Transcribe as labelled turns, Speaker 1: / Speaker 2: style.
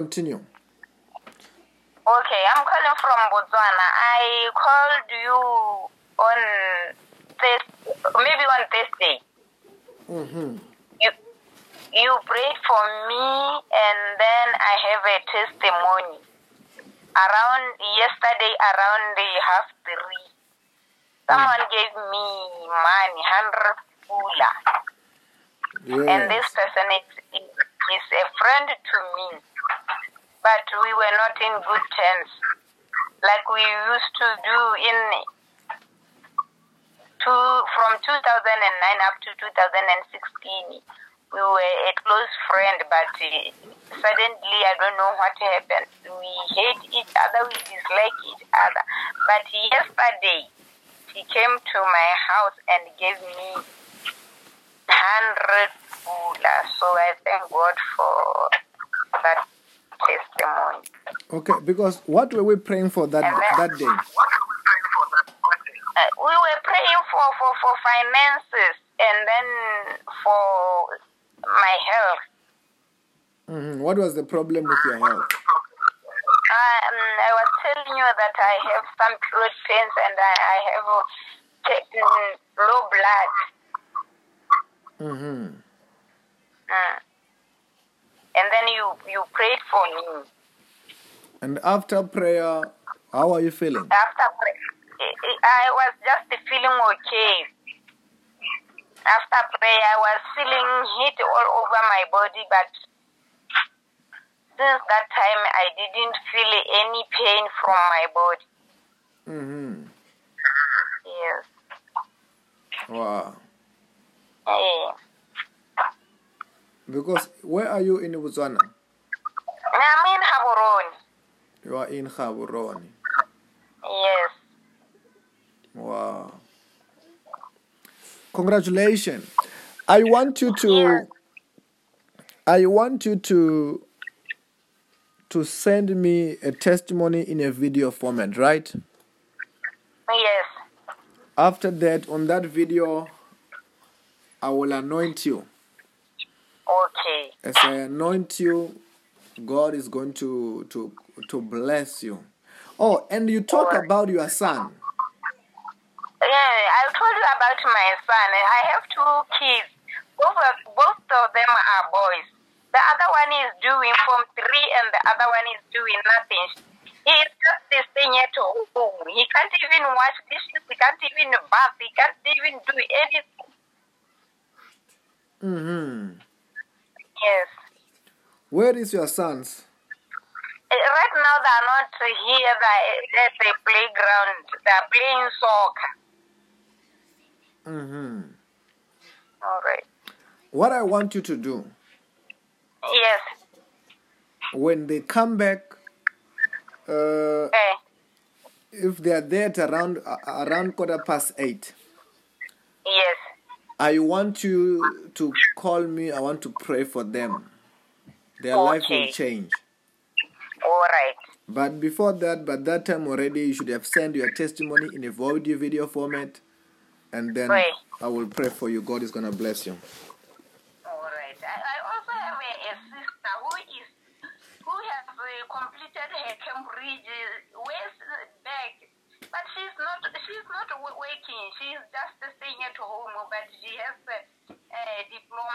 Speaker 1: Continue.
Speaker 2: Okay, I'm calling from Botswana. I called you on this, maybe on Thursday.
Speaker 1: Mm-hmm.
Speaker 2: You, you prayed for me, and then I have a testimony. Around yesterday, around the half three, someone gave me money, hundred pula,
Speaker 1: Yes.
Speaker 2: and this person is, is a friend to me. But we were not in good terms, like we used to do in two, from 2009 up to 2016. We were a close friend, but uh, suddenly I don't know what happened. We hate each other, we dislike each other. But yesterday, he came to my house and gave me 100 pula. So I thank God for that testimony.
Speaker 1: Okay, because what were we praying for that
Speaker 2: Amen.
Speaker 1: that day?
Speaker 2: Uh, we were praying for, for, for finances and then for my health.
Speaker 1: hmm What was the problem with your health?
Speaker 2: Um, I was telling you that I have some throat pains and I, I have uh, t- mm, low blood.
Speaker 1: Mm-hmm.
Speaker 2: Mm. And then you, you prayed for me.
Speaker 1: And after prayer, how are you feeling?
Speaker 2: After pray- I- I I was just feeling okay. After prayer, I was feeling heat all over my body, but since that time, I didn't feel any pain from my body.
Speaker 1: Mm-hmm.
Speaker 2: Yes.
Speaker 1: Wow.
Speaker 2: Yeah.
Speaker 1: Because where are you in Botswana?
Speaker 2: I'm in Haboroni.
Speaker 1: You are in Gaborone.
Speaker 2: Yes.
Speaker 1: Wow. Congratulations. I want you to I want you to to send me a testimony in a video format, right?
Speaker 2: Yes.
Speaker 1: After that, on that video, I will anoint you.
Speaker 2: Okay.
Speaker 1: As I anoint you, God is going to to to bless you. Oh, and you talk about your son.
Speaker 2: Yeah, I told you about my son. I have two kids. Both of, both of them are boys. The other one is doing form three, and the other one is doing nothing. He is just staying at home. He can't even wash dishes. He can't even bath. He can't even do anything.
Speaker 1: Mm-hmm.
Speaker 2: Yes.
Speaker 1: Where is your sons?
Speaker 2: Eh, Right now they are not here. They at the playground. They are playing soccer.
Speaker 1: Mm-hmm.
Speaker 2: All right.
Speaker 1: What I want you to do
Speaker 2: Yes.
Speaker 1: when they come back, uh,
Speaker 2: Eh.
Speaker 1: if they are there at around uh, around quarter past eight,
Speaker 2: Yes.
Speaker 1: I want you to call me. I want to pray for them. Their life will
Speaker 2: Okay.
Speaker 1: change.
Speaker 2: All right.
Speaker 1: But before that, by that time already, you should have sent your testimony in a audio video format, and then
Speaker 2: Right.
Speaker 1: I will pray for you. God is gonna bless you.
Speaker 2: All right. I, I also have a, a sister who is who has uh, completed her Cambridge uh, ways back, but she's not she's not wo- working. She's just staying at home, but she has a, a diploma.